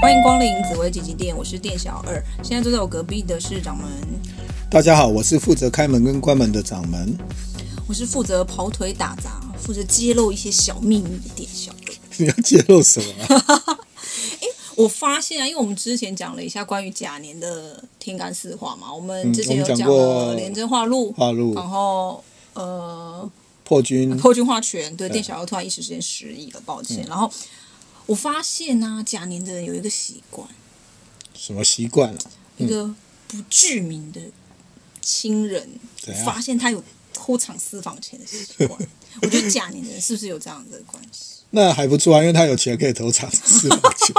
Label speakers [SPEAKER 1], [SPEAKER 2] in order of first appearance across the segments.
[SPEAKER 1] 欢迎光临紫薇姐姐店，我是店小二。现在坐在我隔壁的是掌门，
[SPEAKER 2] 大家好，我是负责开门跟关门的掌门。
[SPEAKER 1] 我是负责跑腿打杂、负责揭露一些小秘密的店小二。
[SPEAKER 2] 你要揭露什么啊、
[SPEAKER 1] 我发现啊，因为我们之前讲了一下关于甲年的天干四化嘛，我们
[SPEAKER 2] 嗯
[SPEAKER 1] 之前有
[SPEAKER 2] 我们讲
[SPEAKER 1] 了
[SPEAKER 2] 过
[SPEAKER 1] 廉贞化禄，
[SPEAKER 2] 化禄嗯
[SPEAKER 1] 然后呃
[SPEAKER 2] 破军，
[SPEAKER 1] 破军化权，对，店小二突然一时之间失忆了，抱
[SPEAKER 2] 嗯
[SPEAKER 1] 歉。然后我发现呢、甲年的人有一个习惯，
[SPEAKER 2] 什么习惯了、
[SPEAKER 1] 一个
[SPEAKER 2] 嗯
[SPEAKER 1] 不具名的亲人
[SPEAKER 2] 怎样
[SPEAKER 1] 发现他有偷藏私房钱的 习惯。我觉得甲年的人是不是有这样的关系？
[SPEAKER 2] 那还不错啊，因为他有钱可以投产私房钱。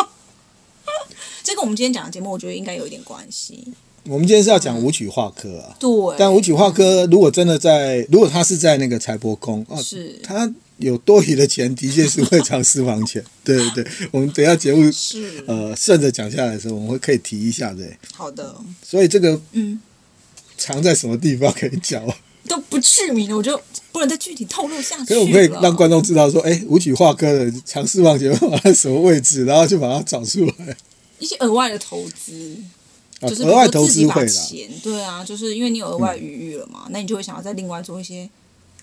[SPEAKER 1] 这跟我们今天讲的节目，我觉得应该有一点关系。
[SPEAKER 2] 我们今天是要讲武曲化科啊，
[SPEAKER 1] 对，
[SPEAKER 2] 但武曲化科如果真的在，如果他是在那个财帛宫啊，
[SPEAKER 1] 是
[SPEAKER 2] 他有多余的钱，的确是会藏私房钱。对对对， 我们等一下节目
[SPEAKER 1] 是、
[SPEAKER 2] 呃顺着讲下来的时候，我们会可以提一下的。
[SPEAKER 1] 好的，
[SPEAKER 2] 所以这个
[SPEAKER 1] 嗯，
[SPEAKER 2] 藏在什么地方可以讲啊？
[SPEAKER 1] 都不具名了，我就不能再具体透露 下去
[SPEAKER 2] 可
[SPEAKER 1] 了。
[SPEAKER 2] 是我们可以让观众知道说，哎，舞曲画科的尝试忘节目在什么位置，然后就把它找出来。
[SPEAKER 1] 一些额外的投资，
[SPEAKER 2] 啊
[SPEAKER 1] 就是比
[SPEAKER 2] 额
[SPEAKER 1] 如
[SPEAKER 2] 外
[SPEAKER 1] 说
[SPEAKER 2] 投
[SPEAKER 1] 自己
[SPEAKER 2] 资会
[SPEAKER 1] 把
[SPEAKER 2] 啦，嗯
[SPEAKER 1] 钱，对啊，就是因为你有额外余裕了嘛，那你就会想要再另外做一些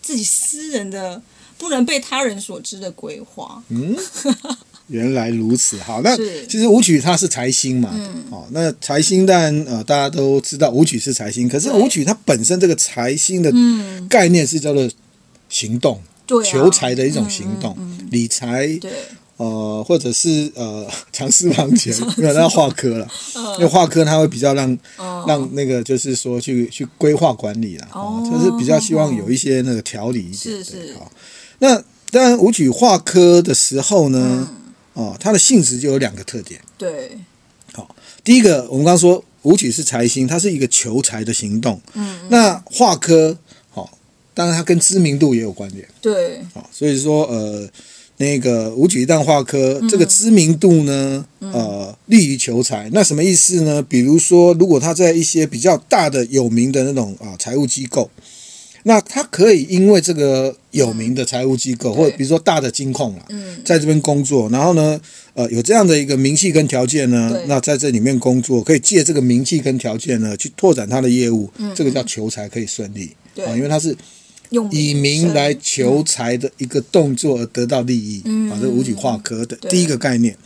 [SPEAKER 1] 自己私人的、不能被他人所知的规划。
[SPEAKER 2] 嗯 原来如此。好，那
[SPEAKER 1] 是嗯
[SPEAKER 2] 其实舞曲它是财星嘛，哦，那财星当然呃大家都知道舞曲是财星，可是
[SPEAKER 1] 对
[SPEAKER 2] 舞曲它本身这个财星的
[SPEAKER 1] 嗯，
[SPEAKER 2] 概念是叫做行动，
[SPEAKER 1] 对、啊，嗯
[SPEAKER 2] 求财的一种行动，理财
[SPEAKER 1] 对，
[SPEAKER 2] 呃，或者是呃， 藏私房钱，没有那画科了，因为画科它会比较让、
[SPEAKER 1] 哦
[SPEAKER 2] 让那个就是说去去规划管理啦，嗯哦
[SPEAKER 1] 哦
[SPEAKER 2] 就是比较希望有一些那个条理一
[SPEAKER 1] 是
[SPEAKER 2] 点。对
[SPEAKER 1] 是
[SPEAKER 2] 好，那当然舞曲画科的时候呢，哦，它的性质就有两个特点。
[SPEAKER 1] 对，
[SPEAKER 2] 好，第一个我们刚刚说舞曲是财星，它是一个求财的行动。嗯，那画科好、当然它跟知名度也有关联。
[SPEAKER 1] 对，
[SPEAKER 2] 啊，所以说呃，那个武举一旦化科、这
[SPEAKER 1] 嗯
[SPEAKER 2] 个知名度呢，呃，利于求财。那什么意思呢？比如说，如果他在一些比较大的有名的那种啊财务机构，那他可以因为这个有名的财务机构，或者
[SPEAKER 1] 嗯对
[SPEAKER 2] 比如说大的金控啦，
[SPEAKER 1] 嗯
[SPEAKER 2] 在这边工作，然后呢，呃，有这样的一个名气跟条件呢
[SPEAKER 1] 对，
[SPEAKER 2] 那在这里面工作，可以借这个名气跟条件呢，去拓展他的业务，这个叫求财可以顺利。
[SPEAKER 1] 嗯对
[SPEAKER 2] 啊，因为他是
[SPEAKER 1] 用
[SPEAKER 2] 以
[SPEAKER 1] 名
[SPEAKER 2] 民来
[SPEAKER 1] 声
[SPEAKER 2] 求财的一个动作而得到利益，
[SPEAKER 1] 嗯
[SPEAKER 2] 啊，这五举化科的
[SPEAKER 1] 对
[SPEAKER 2] 第一个概念。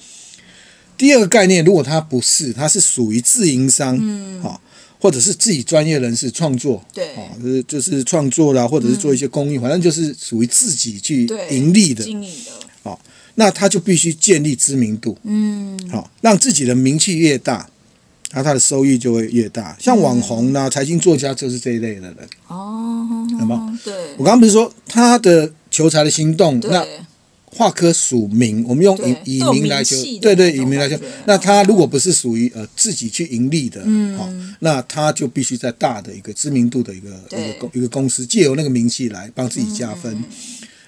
[SPEAKER 2] 第二个概念，如果它不是，它是属于自营商，嗯，好、或者是自己专业人士创作，
[SPEAKER 1] 对嗯
[SPEAKER 2] 啊，就是就是创作啦，或者是做一些公益，反正就是属于自己去
[SPEAKER 1] 对
[SPEAKER 2] 盈利的，
[SPEAKER 1] 经营的，
[SPEAKER 2] 那他就必须建立知名度，
[SPEAKER 1] 嗯，
[SPEAKER 2] 好、让自己的名气越大，然后他的收益就会越大。像网红
[SPEAKER 1] 嗯
[SPEAKER 2] 啦、财经作家就是这一类的人。
[SPEAKER 1] 哦，
[SPEAKER 2] 有没有？
[SPEAKER 1] 对
[SPEAKER 2] 我，刚刚不是说他的求财的行动，那
[SPEAKER 1] 对，
[SPEAKER 2] 化科属名，我们用
[SPEAKER 1] 对
[SPEAKER 2] 以以
[SPEAKER 1] 都有
[SPEAKER 2] 名来
[SPEAKER 1] 名
[SPEAKER 2] 求
[SPEAKER 1] 气，的
[SPEAKER 2] 对对，
[SPEAKER 1] 那
[SPEAKER 2] 以
[SPEAKER 1] 种
[SPEAKER 2] 名来
[SPEAKER 1] 感
[SPEAKER 2] 求
[SPEAKER 1] 觉。啊
[SPEAKER 2] 那他如果不是属于呃自己去盈利的，嗯，好、那他就必须在大的一个知名度的一个一
[SPEAKER 1] 对嗯
[SPEAKER 2] 个公一个公司，借由那个名气来帮自己加分。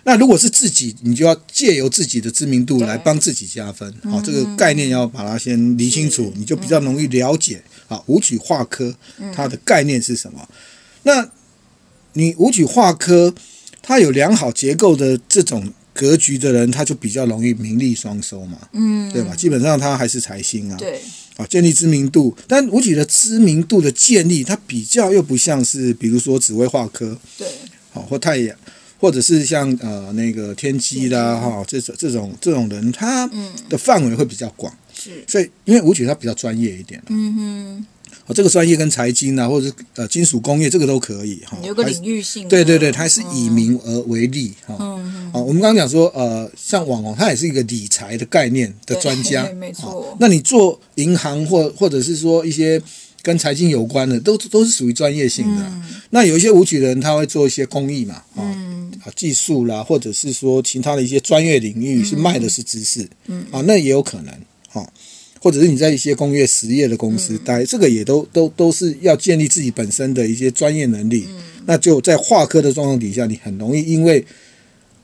[SPEAKER 2] 那如果是自己，你就要借由自己的知名度来
[SPEAKER 1] 对嗯
[SPEAKER 2] 帮自己加分。好、这个概念要把它先理清楚，你就比较容易了解啊。舞曲化科
[SPEAKER 1] 嗯
[SPEAKER 2] 它的概念是什么？那你舞曲化科，它有良好结构的这种格局的人，他就比较容易名利双收嘛，
[SPEAKER 1] 嗯，
[SPEAKER 2] 对吧？基本上他还是财星啊，
[SPEAKER 1] 对，
[SPEAKER 2] 啊，建立知名度。但舞曲的知名度的建立，它比较又不像是比如说紫薇化科，
[SPEAKER 1] 对，
[SPEAKER 2] 好、或太阳，或者是像呃那个天机啦哈、这种这种这种人，他的范围会比较广。
[SPEAKER 1] 嗯是，
[SPEAKER 2] 所以因为舞曲它比较专业一点，
[SPEAKER 1] 嗯
[SPEAKER 2] 哦，这个专业跟财经啊，或者是呃金属工业这个都可以哈
[SPEAKER 1] 哼，。有个
[SPEAKER 2] 还是
[SPEAKER 1] 领域性的，嗯
[SPEAKER 2] 对对对，它是以民而为利哈。啊，我们刚刚讲说，呃，像网红，他也是一个理财的概念的
[SPEAKER 1] 对
[SPEAKER 2] 专家
[SPEAKER 1] 嘿， 没错
[SPEAKER 2] 哦那你做银行或或者是说一些跟财经有关的，都都是属于专业性的
[SPEAKER 1] 嗯
[SPEAKER 2] 啦。那有一些舞曲人，他会做一些公益嘛，啊，
[SPEAKER 1] 嗯
[SPEAKER 2] 啊技术啦，或者是说其他的一些专业领
[SPEAKER 1] 嗯
[SPEAKER 2] 域是卖的是知识，啊，那也有可能，哈。或者是你在一些工业实业的公司
[SPEAKER 1] 嗯
[SPEAKER 2] 待，这个也都都都是要建立自己本身的一些专业能力。
[SPEAKER 1] 嗯
[SPEAKER 2] 那就在化科的状况底下，你很容易因为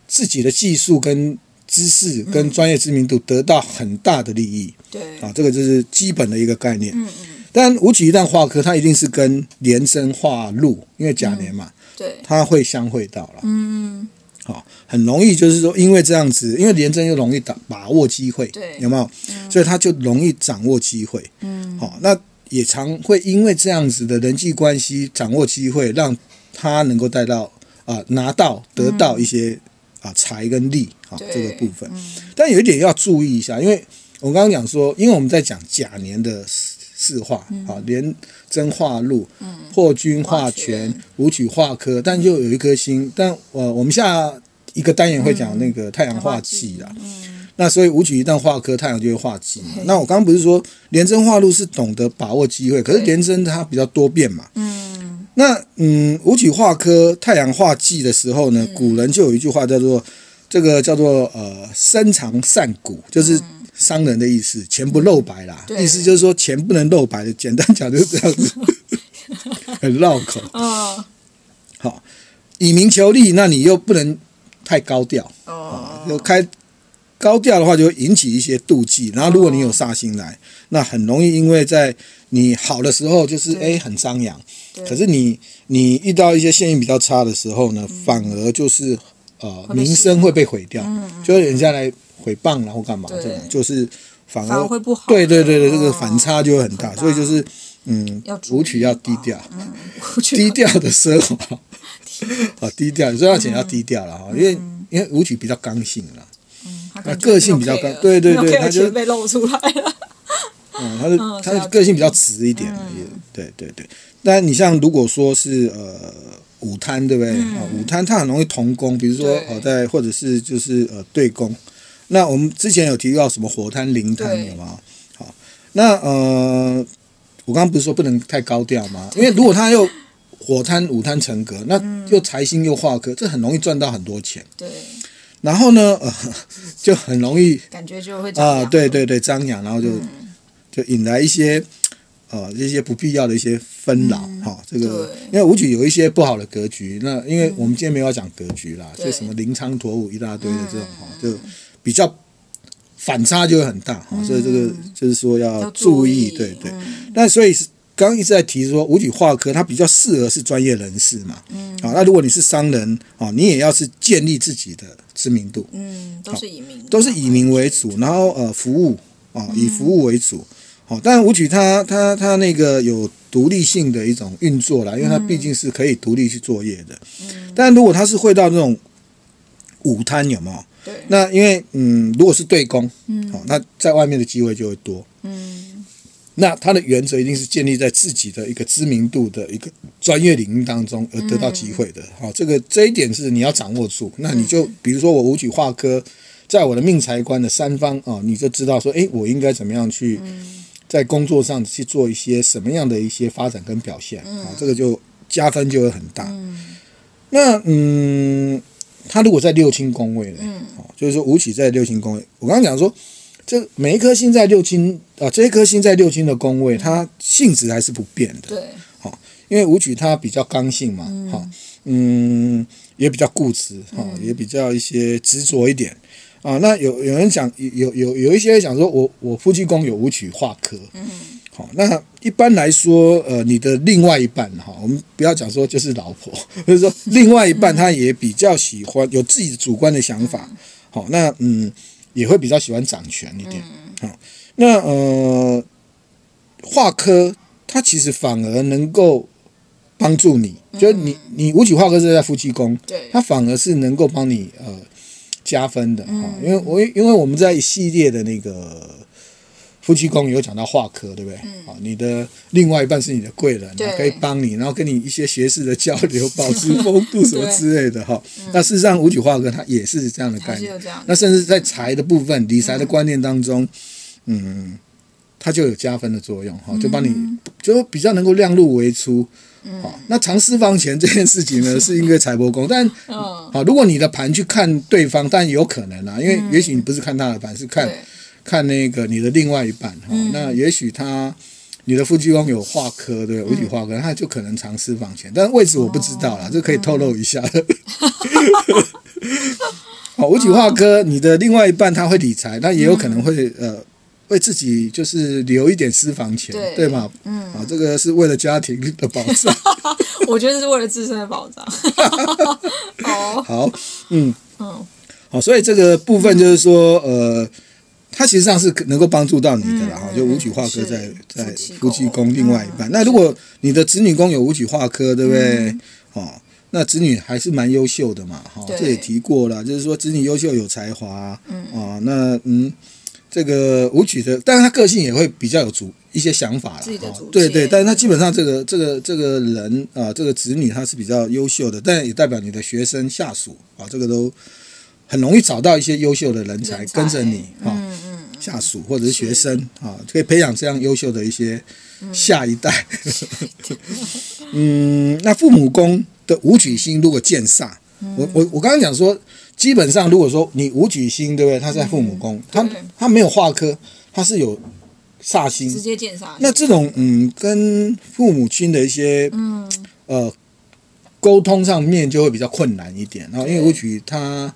[SPEAKER 2] 自己的技术跟知识跟专业知名度得到很大的利益、
[SPEAKER 1] 对，
[SPEAKER 2] 啊，这个就是基本的一个概念。嗯嗯。但武曲一旦化科，它一定是跟连生化禄，因为甲年嘛，
[SPEAKER 1] 对，
[SPEAKER 2] 它会相会到了。
[SPEAKER 1] 嗯，
[SPEAKER 2] 好、很容易就是说，因为这样子，因为廉政又容易打把握机会，
[SPEAKER 1] 对嗯
[SPEAKER 2] 有没有？所所以他就容易掌握机会。嗯，好、那也常会因为这样子的人际关系掌握机会，让他能够带到啊、拿到得到一些啊、财跟利啊、
[SPEAKER 1] 嗯对嗯
[SPEAKER 2] 这个部分。但有一点要注意一下，因为我刚刚讲说，因为我们在讲甲年的四四化
[SPEAKER 1] 嗯
[SPEAKER 2] 啊，连真化禄、破军化权、武曲化科，但就有一颗星。但呃，我们下一个单元会讲那个太阳化忌啦。那所以武曲一旦化科，太阳就会化忌嘛
[SPEAKER 1] 嗯嘿。
[SPEAKER 2] 那我刚刚不是说连真化禄是懂得把握机会，可是
[SPEAKER 1] 对
[SPEAKER 2] 连真它比较多变嘛。
[SPEAKER 1] 嗯，
[SPEAKER 2] 那嗯，武曲化科，太阳化忌的时候呢，
[SPEAKER 1] 嗯
[SPEAKER 2] 古人就有一句话叫做这个叫做呃深藏善骨，就是商人的意思，钱不露白啦。
[SPEAKER 1] 嗯对
[SPEAKER 2] 意思就是说钱不能露白的，简单讲就是这样 子，很绕口。
[SPEAKER 1] 哦
[SPEAKER 2] 好，以名求利，那你又不能太高调，
[SPEAKER 1] 哦，
[SPEAKER 2] 就开高调的话，就会引起一些妒忌。然后，如果你有煞星
[SPEAKER 1] 哦
[SPEAKER 2] 来，那很容易因为在你好的时候，就是
[SPEAKER 1] 对
[SPEAKER 2] 哎很张扬，
[SPEAKER 1] 对
[SPEAKER 2] 可是你你遇到一些现运比较差的时候呢，反而就是呃
[SPEAKER 1] 嗯会被嗯
[SPEAKER 2] 名声会被毁掉，就是人家来诽谤然后干嘛
[SPEAKER 1] 对
[SPEAKER 2] 这样，就是反
[SPEAKER 1] 反而
[SPEAKER 2] 而
[SPEAKER 1] 会不好
[SPEAKER 2] 对对对对，
[SPEAKER 1] 哦
[SPEAKER 2] 这个反差就会很大，
[SPEAKER 1] 很大
[SPEAKER 2] 所以就是嗯
[SPEAKER 1] 要，注意
[SPEAKER 2] 舞曲要低调。
[SPEAKER 1] 我觉
[SPEAKER 2] 低
[SPEAKER 1] 得
[SPEAKER 2] 调的奢华，啊， 低调，所以要钱要低调了哈，因为因为舞曲比较刚性啦，
[SPEAKER 1] 他可能
[SPEAKER 2] 个性比较高对对对
[SPEAKER 1] 没有 care
[SPEAKER 2] 他就是
[SPEAKER 1] 钱被露出来了。
[SPEAKER 2] 嗯，他是
[SPEAKER 1] 嗯
[SPEAKER 2] 他
[SPEAKER 1] 是
[SPEAKER 2] 的
[SPEAKER 1] 要嗯
[SPEAKER 2] 个性比较直一点，也对对对。但你像如果说是呃午贪，对不对？啊，午贪它很容易同工，比如说
[SPEAKER 1] 嗯对
[SPEAKER 2] 哦在或者是就是呃对攻。那我们之前有提到什么火贪、灵贪
[SPEAKER 1] 对
[SPEAKER 2] 有吗？好，那呃，我刚刚不是说不能太高调吗？因为如果他又火贪、午贪成格，那
[SPEAKER 1] 嗯
[SPEAKER 2] 又财星又化科，这很容易赚到很多钱。
[SPEAKER 1] 对，
[SPEAKER 2] 然后呢，呃， 就很容易
[SPEAKER 1] 感觉就会这
[SPEAKER 2] 啊，
[SPEAKER 1] 样。
[SPEAKER 2] 对对对，张扬，然后就、
[SPEAKER 1] 嗯
[SPEAKER 2] 就引来一些呃一些不必要的一些纷扰哈、这个
[SPEAKER 1] 嗯
[SPEAKER 2] 因
[SPEAKER 1] 对嗯
[SPEAKER 2] 为武举有一些不好的格局，那因为我们今天没有要讲格局啦，
[SPEAKER 1] 对嗯
[SPEAKER 2] 就什么临仓驮舞一大堆的这种哈、就比较反差就会很大哈、所以这个就是说要
[SPEAKER 1] 要注
[SPEAKER 2] 意，
[SPEAKER 1] 意
[SPEAKER 2] 对对。
[SPEAKER 1] 嗯
[SPEAKER 2] 那所以是刚刚一直在提说武举化科，它比较适合是专业人士嘛，嗯，好、那如果你是商人啊、你也要是建立自己的知名度，
[SPEAKER 1] 嗯，都是移民，
[SPEAKER 2] 都是以民为主，然后呃服务啊、以服务为主。好、当然舞曲它它它那个有独立性的一种运作啦，因为它毕竟是可以独立去作业的。但如果它是会到那种舞摊有没有？
[SPEAKER 1] 对，
[SPEAKER 2] 那因为嗯，如果是对攻，嗯，好、那在外面的机会就会多。
[SPEAKER 1] 嗯，
[SPEAKER 2] 那它的原则一定是建立在自己的一个知名度的一个专业领域当中而得到机会的。
[SPEAKER 1] 嗯
[SPEAKER 2] 好、这个这一点是你要掌握住。那你就、比如说我武举化科，在我的命财官的三方啊、你就知道说，诶，我应该怎么样
[SPEAKER 1] 嗯
[SPEAKER 2] 去在工作上去做一些什么样的一些发展跟表现啊、这个就加分就会很大。那嗯，他如果在六亲宫位呢，哦，就是说吴起在六亲宫位，我刚刚讲说，这每一颗星在六亲啊，这一颗星在六亲的宫位，它性质还是不变的。哦
[SPEAKER 1] 对，
[SPEAKER 2] 因为武曲它比较刚性嘛，哈、嗯，也比较固执，哈、也比较一些执着一点啊。那有有人讲，有有有一些人讲说我我夫妻宫有武曲化科，嗯，好、那一般来说，呃，你的另外一半哈、我们不要讲说就是老婆， 就是说另外一半他也比较喜欢有自己主观的想法，好、那嗯，也会比较喜欢掌权一点，好、那呃，化科它其实反而能够帮助你，就是你你五曲化科是在夫妻宫，
[SPEAKER 1] 对
[SPEAKER 2] 它反而是能够帮你呃加分的哈、
[SPEAKER 1] 嗯
[SPEAKER 2] 因为我因为我们在一系列的那个。夫妻宫有讲到化科，对不对？好、你的另外一半是你的贵人
[SPEAKER 1] 嗯对，
[SPEAKER 2] 可以帮你，然后跟你一些学识的交流，保持风度什么之类的哈、 那事实上，五曲化科它也是这样的
[SPEAKER 1] 嗯
[SPEAKER 2] 概
[SPEAKER 1] 还是
[SPEAKER 2] 念
[SPEAKER 1] 有。这样的。
[SPEAKER 2] 那甚至在财的部分、理财的观念当中，嗯，它就有加分的作用哈，就帮你
[SPEAKER 1] 嗯
[SPEAKER 2] 就比较能够量入为出。好，哦那藏私房钱这件事情呢，是因为财帛宫，但
[SPEAKER 1] 嗯，
[SPEAKER 2] 好，如果你的盘去看对方，但有可能啊，因为也许你不是看他的盘，是看
[SPEAKER 1] 对，嗯
[SPEAKER 2] 看那个你的另外一半哈、那也许他你的夫妻宫有化科，对不对，五体化科，他就可能藏私房钱，但位置我不知道
[SPEAKER 1] 哦
[SPEAKER 2] 啦，这可以透露一下。
[SPEAKER 1] 嗯
[SPEAKER 2] 好，五体化科，你的另外一半他会理财，那也有可能会、呃。为自己就是留一点私房钱，
[SPEAKER 1] 嗯对
[SPEAKER 2] 对吗？嗯，啊，这个是为了家庭的保障。
[SPEAKER 1] 我觉得是为了自身的 保障。哦，
[SPEAKER 2] 好，嗯，
[SPEAKER 1] 嗯，
[SPEAKER 2] 好，所以这个部分就是说，呃，它其实上是能够帮助到你的啦，哈、就武曲化科
[SPEAKER 1] 嗯是
[SPEAKER 2] 在在
[SPEAKER 1] 夫妻
[SPEAKER 2] 夫妻宫
[SPEAKER 1] 宫嗯
[SPEAKER 2] 另外一半。那如果你的子女宫有武曲化科，对不对？哦，那子女还是蛮优秀的嘛，哈、
[SPEAKER 1] 对
[SPEAKER 2] 这也提过了，就是说子女优秀有才华，嗯啊，那嗯，这个武曲的，但是他个性也会比较有主一些想法啦，
[SPEAKER 1] 自己的
[SPEAKER 2] 哈
[SPEAKER 1] 主
[SPEAKER 2] 对
[SPEAKER 1] 见
[SPEAKER 2] 对，但是他基本上这个这个这个人啊，这个子女他是比较优秀的，但也代表你的学生下属啊，这个都很容易找到一些优秀的人才
[SPEAKER 1] 人才
[SPEAKER 2] 跟着你啊。
[SPEAKER 1] 嗯嗯，
[SPEAKER 2] 下属或者是学生啊，可以培养这样优秀的一些下一代。嗯，那父母宫的武曲星如果见煞，
[SPEAKER 1] 嗯
[SPEAKER 2] 我我我刚刚讲说，基本上如果说你武曲星，对不对？它在父母宫，它
[SPEAKER 1] 对
[SPEAKER 2] 它没有化科，它是有煞星
[SPEAKER 1] 直，接见上。
[SPEAKER 2] 那这种嗯，跟父母亲的一些嗯呃沟通上面就会比较困难一点。然后因为
[SPEAKER 1] 对
[SPEAKER 2] 舞曲它啊、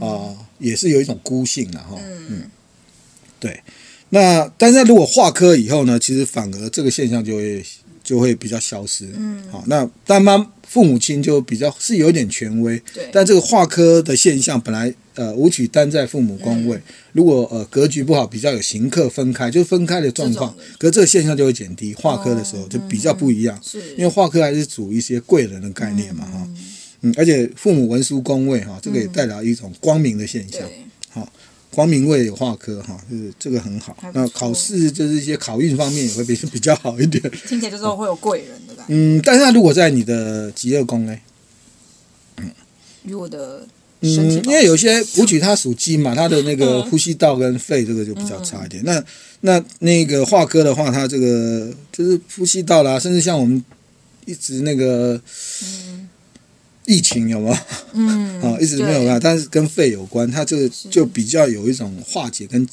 [SPEAKER 2] 呃也是有一种孤性了哈，嗯，对。那但是如果化科以后呢，其实反而这个现象就会就会比较消失。嗯，好，那但妈父母亲就比较是有点权威，
[SPEAKER 1] 对，
[SPEAKER 2] 但这个化科的现象本来呃武曲单在父母宫
[SPEAKER 1] 嗯
[SPEAKER 2] 位，如果呃格局不好，比较有行克分开，就分开的状况
[SPEAKER 1] 这种，哦嗯
[SPEAKER 2] 可这个现象就会减低。化科的时候就比较不一样，
[SPEAKER 1] 是
[SPEAKER 2] 因为化科还是主一些贵人的概念嘛哈。嗯，而且父母文书宫位哈，这个也带来一种光明的现象。
[SPEAKER 1] 嗯对
[SPEAKER 2] 光明位有化科哈，就是这个很好
[SPEAKER 1] 还。不错
[SPEAKER 2] 那考试就是一些考运方面也会比比较好一点。
[SPEAKER 1] 听起来就是会有贵人的感觉。
[SPEAKER 2] 嗯，但是它如果在你的极恶宫呢？
[SPEAKER 1] 与我的身体
[SPEAKER 2] 嗯，
[SPEAKER 1] 保持，
[SPEAKER 2] 因为有些舞曲它属鸡嘛，它的那个
[SPEAKER 1] 嗯
[SPEAKER 2] 呼吸道跟肺这个就比较差一点。那那那个化科的话，它这个就是呼吸道啦，甚至像我们一直那个疫情有没有？
[SPEAKER 1] 嗯
[SPEAKER 2] 啊，一直没有办法，但是跟肺有关，它这个就比较有一种化解跟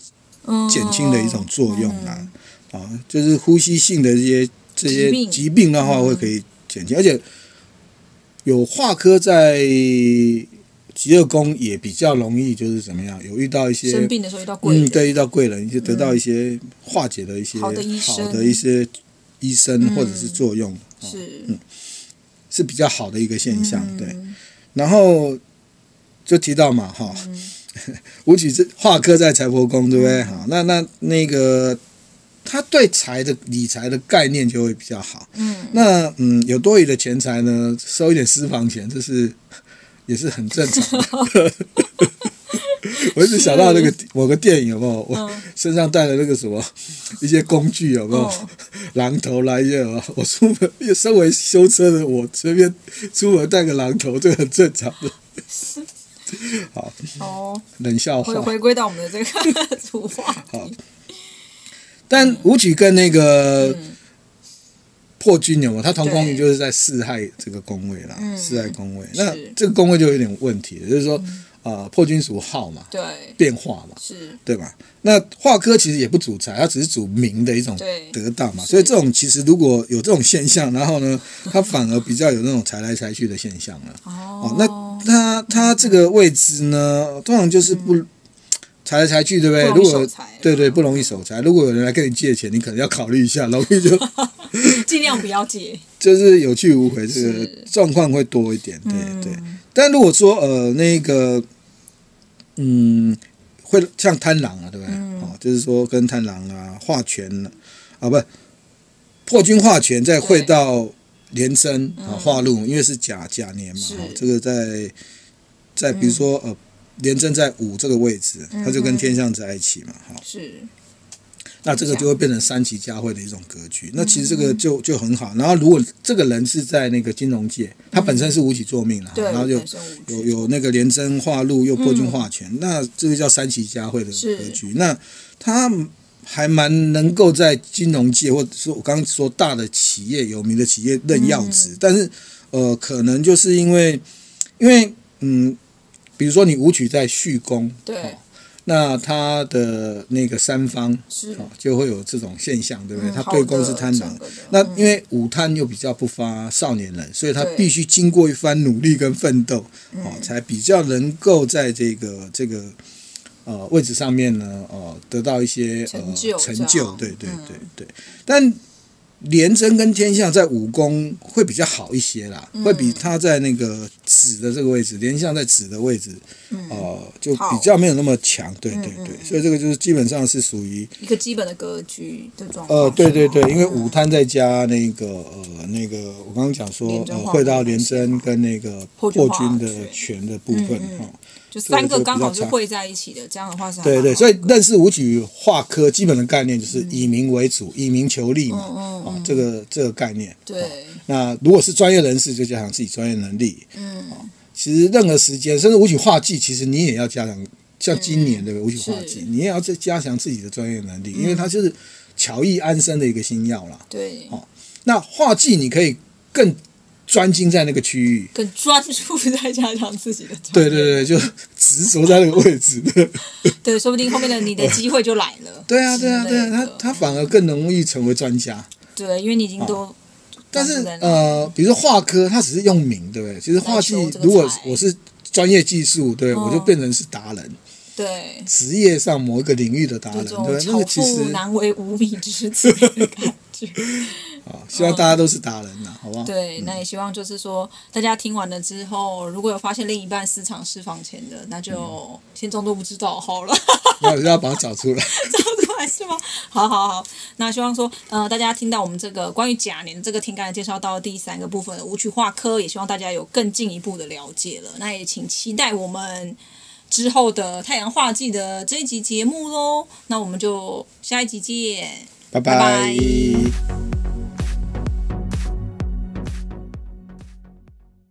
[SPEAKER 1] 嗯
[SPEAKER 2] 减轻的一种作用啦。啊，就是呼吸性的这些这
[SPEAKER 1] 疾
[SPEAKER 2] 些
[SPEAKER 1] 病
[SPEAKER 2] 疾病的话，会可以减轻，而且有化科在极恶宫也比较容易，就是怎么样，有遇到一些
[SPEAKER 1] 生病的时候遇到贵
[SPEAKER 2] 嗯，
[SPEAKER 1] 人，
[SPEAKER 2] 对，遇到贵人，就得到一些化解的一些
[SPEAKER 1] 好的医生嗯
[SPEAKER 2] 好的一些医生或者是作用，啊
[SPEAKER 1] 是
[SPEAKER 2] 是比较好的一个现象，
[SPEAKER 1] 嗯
[SPEAKER 2] 对。然后就提到嘛，哈， 武曲这化科在财帛宫，对不对？哈、那那那个他对财的理财的概念就会比较好。嗯，那嗯，有多余的钱财呢，收一点私房钱，这是 也是很正常的。我一直想到那个某个电影有没有？我身上带了那个什么 一些工具有没有？
[SPEAKER 1] 哦
[SPEAKER 2] 榔头来一些有没有 我出门，身为修车的我，随便出门带个榔头，这个很正常的
[SPEAKER 1] 哦，
[SPEAKER 2] 冷笑话
[SPEAKER 1] 回。回归到我们的这个 主话题，
[SPEAKER 2] 哦但武曲跟那个破军有没有？他同宫于就是在四害这个宫位啦，四害宫位。那
[SPEAKER 1] 嗯是嗯
[SPEAKER 2] 这个宫位就有点问题了，就是说，啊，破军属耗嘛，
[SPEAKER 1] 对，
[SPEAKER 2] 变化嘛，
[SPEAKER 1] 是
[SPEAKER 2] 对吧？那化科其实也不主财，它只是主名的一种
[SPEAKER 1] 对
[SPEAKER 2] 得到嘛。所以这种其实如果有这种现象，然后呢，它反而比较有那种财来财去的现象了。
[SPEAKER 1] 哦
[SPEAKER 2] 哦，那它它这个位置呢，通常就是不裁来裁去，对不对？
[SPEAKER 1] 嗯不
[SPEAKER 2] 如
[SPEAKER 1] 容易
[SPEAKER 2] 果
[SPEAKER 1] 守财嗯
[SPEAKER 2] 对对不容易守财，如果有人来跟你借钱，你可能要考虑一下，容易就
[SPEAKER 1] 尽量不要借，
[SPEAKER 2] 就是有去无回，这个
[SPEAKER 1] 是嗯
[SPEAKER 2] 状况会多一点，对对。但如果说呃那个嗯，会像贪狼啊，对不对？
[SPEAKER 1] 嗯
[SPEAKER 2] 哦，就是说跟贪狼啊、化权啊，啊不，破军化权再会
[SPEAKER 1] 对
[SPEAKER 2] 到连贞啊化禄，因为是甲甲年嘛，
[SPEAKER 1] 嗯是嗯
[SPEAKER 2] 哦这个在在比如说呃连贞在五这个位置，它就跟天象在一起嘛，
[SPEAKER 1] 嗯
[SPEAKER 2] 哈，
[SPEAKER 1] 是
[SPEAKER 2] 那这个就会变成三级加会的一种格局。那其实这个
[SPEAKER 1] 嗯
[SPEAKER 2] 就就很好。然后如果这个人是在那个金融界，他本身是五己作命了，
[SPEAKER 1] 嗯对，
[SPEAKER 2] 然后就
[SPEAKER 1] 本身无
[SPEAKER 2] 有
[SPEAKER 1] 知
[SPEAKER 2] 有那个连贞化禄又破军化权，那这个叫三奇佳慧的
[SPEAKER 1] 嗯是
[SPEAKER 2] 格局。那他还蛮能够在金融界，或者说我刚刚说大的企业、有名的企业任要职，
[SPEAKER 1] 嗯
[SPEAKER 2] 但是呃，可能就是因为因为嗯，比如说你武曲在续宫，
[SPEAKER 1] 对
[SPEAKER 2] 那他的那个三方。
[SPEAKER 1] 是
[SPEAKER 2] 哦，就会有这种现象，对不对？
[SPEAKER 1] 嗯
[SPEAKER 2] 他
[SPEAKER 1] 好
[SPEAKER 2] 对宫
[SPEAKER 1] 的
[SPEAKER 2] 是贪
[SPEAKER 1] 整
[SPEAKER 2] 狼
[SPEAKER 1] 个的，
[SPEAKER 2] 那因为午贪又比较不发少年人，所以他
[SPEAKER 1] 对
[SPEAKER 2] 必须经过一番努力跟奋斗，哦，才比较能够在这个这个呃位置上面呢，呃，得到一些呃
[SPEAKER 1] 成就
[SPEAKER 2] 成
[SPEAKER 1] 这样嗯
[SPEAKER 2] 就，对对对对。但
[SPEAKER 1] 嗯
[SPEAKER 2] 廉贞跟天象在武功会比较好一些啦，会比他在那个子的这个位置，连向在子的位置，
[SPEAKER 1] 嗯
[SPEAKER 2] 哦、就比较没有那么强。对对对，所以这个就是基本上是属于
[SPEAKER 1] 一个基本的格局的状况。
[SPEAKER 2] 呃，对对对
[SPEAKER 1] 是，吗
[SPEAKER 2] 因为午摊再加那个呃那个，我刚刚讲说
[SPEAKER 1] 廉贞
[SPEAKER 2] 呃
[SPEAKER 1] 化
[SPEAKER 2] 会到连贞跟那个
[SPEAKER 1] 破
[SPEAKER 2] 破
[SPEAKER 1] 军
[SPEAKER 2] 军
[SPEAKER 1] 化
[SPEAKER 2] 的
[SPEAKER 1] 权
[SPEAKER 2] 权的部分
[SPEAKER 1] 嗯
[SPEAKER 2] 哈。
[SPEAKER 1] 就三
[SPEAKER 2] 这个
[SPEAKER 1] 个
[SPEAKER 2] 就
[SPEAKER 1] 刚好
[SPEAKER 2] 比
[SPEAKER 1] 是
[SPEAKER 2] 较差
[SPEAKER 1] 汇在一起的，这样的话是还
[SPEAKER 2] 对
[SPEAKER 1] 蛮
[SPEAKER 2] 对，
[SPEAKER 1] 好
[SPEAKER 2] 所以认识武举化科基本的概念就是以民为主，以民求利嘛，
[SPEAKER 1] 嗯嗯
[SPEAKER 2] 啊，这个这个概念。
[SPEAKER 1] 对
[SPEAKER 2] 那如果是专业人士，就加强自己专业能力。哦
[SPEAKER 1] 嗯，
[SPEAKER 2] 其实任何时间，甚至武举化技，其实你也要加强。像今年对不对？武举化技，
[SPEAKER 1] 嗯是嗯
[SPEAKER 2] 你也要再加强自己的专业能力，因为它就是巧艺安身的一个新药啦。
[SPEAKER 1] 对，
[SPEAKER 2] 那画技你可以更专精在那个区域，
[SPEAKER 1] 更专注在加强自己的专
[SPEAKER 2] 对
[SPEAKER 1] 业
[SPEAKER 2] 对对，就执着在那个 位置。
[SPEAKER 1] 对，说不定后面的你的机会就来了。
[SPEAKER 2] 对啊，对啊，
[SPEAKER 1] 之类
[SPEAKER 2] 对啊，
[SPEAKER 1] 的
[SPEAKER 2] 他他反而更容易成为专家。
[SPEAKER 1] 对，因为你已经都
[SPEAKER 2] 啊
[SPEAKER 1] 专
[SPEAKER 2] 但是
[SPEAKER 1] 注在那里，
[SPEAKER 2] 呃，比如说画科，它只是用名，对不对？其实画技
[SPEAKER 1] 来求这，个
[SPEAKER 2] 如果
[SPEAKER 1] 才
[SPEAKER 2] 我是专业技术，对、
[SPEAKER 1] 嗯
[SPEAKER 2] 我就变成是达人，
[SPEAKER 1] 对，
[SPEAKER 2] 职业上某一个领域的达
[SPEAKER 1] 有
[SPEAKER 2] 人，对
[SPEAKER 1] 种
[SPEAKER 2] 不对？那
[SPEAKER 1] 巧
[SPEAKER 2] 个其实
[SPEAKER 1] 妇难为无米之炊的感觉。
[SPEAKER 2] 啊，希望大家都是达人呐、好不好？
[SPEAKER 1] 对，那也希望就是说，大家听完了之后，如果有发现另一半私藏私房钱的，那
[SPEAKER 2] 嗯
[SPEAKER 1] 就先装作不知道好了。
[SPEAKER 2] 那我就要把它找 出来。
[SPEAKER 1] 出来是吗？好好好，那希望说，呃，大家听到我们这个关于甲年这个天干的介绍到第三个部分的舞曲化科，也希望大家有更进一步的了解了。那也请期待我们之后的太阳化忌的这一集节目喽。那我们就下一集见。
[SPEAKER 2] 拜
[SPEAKER 1] 拜拜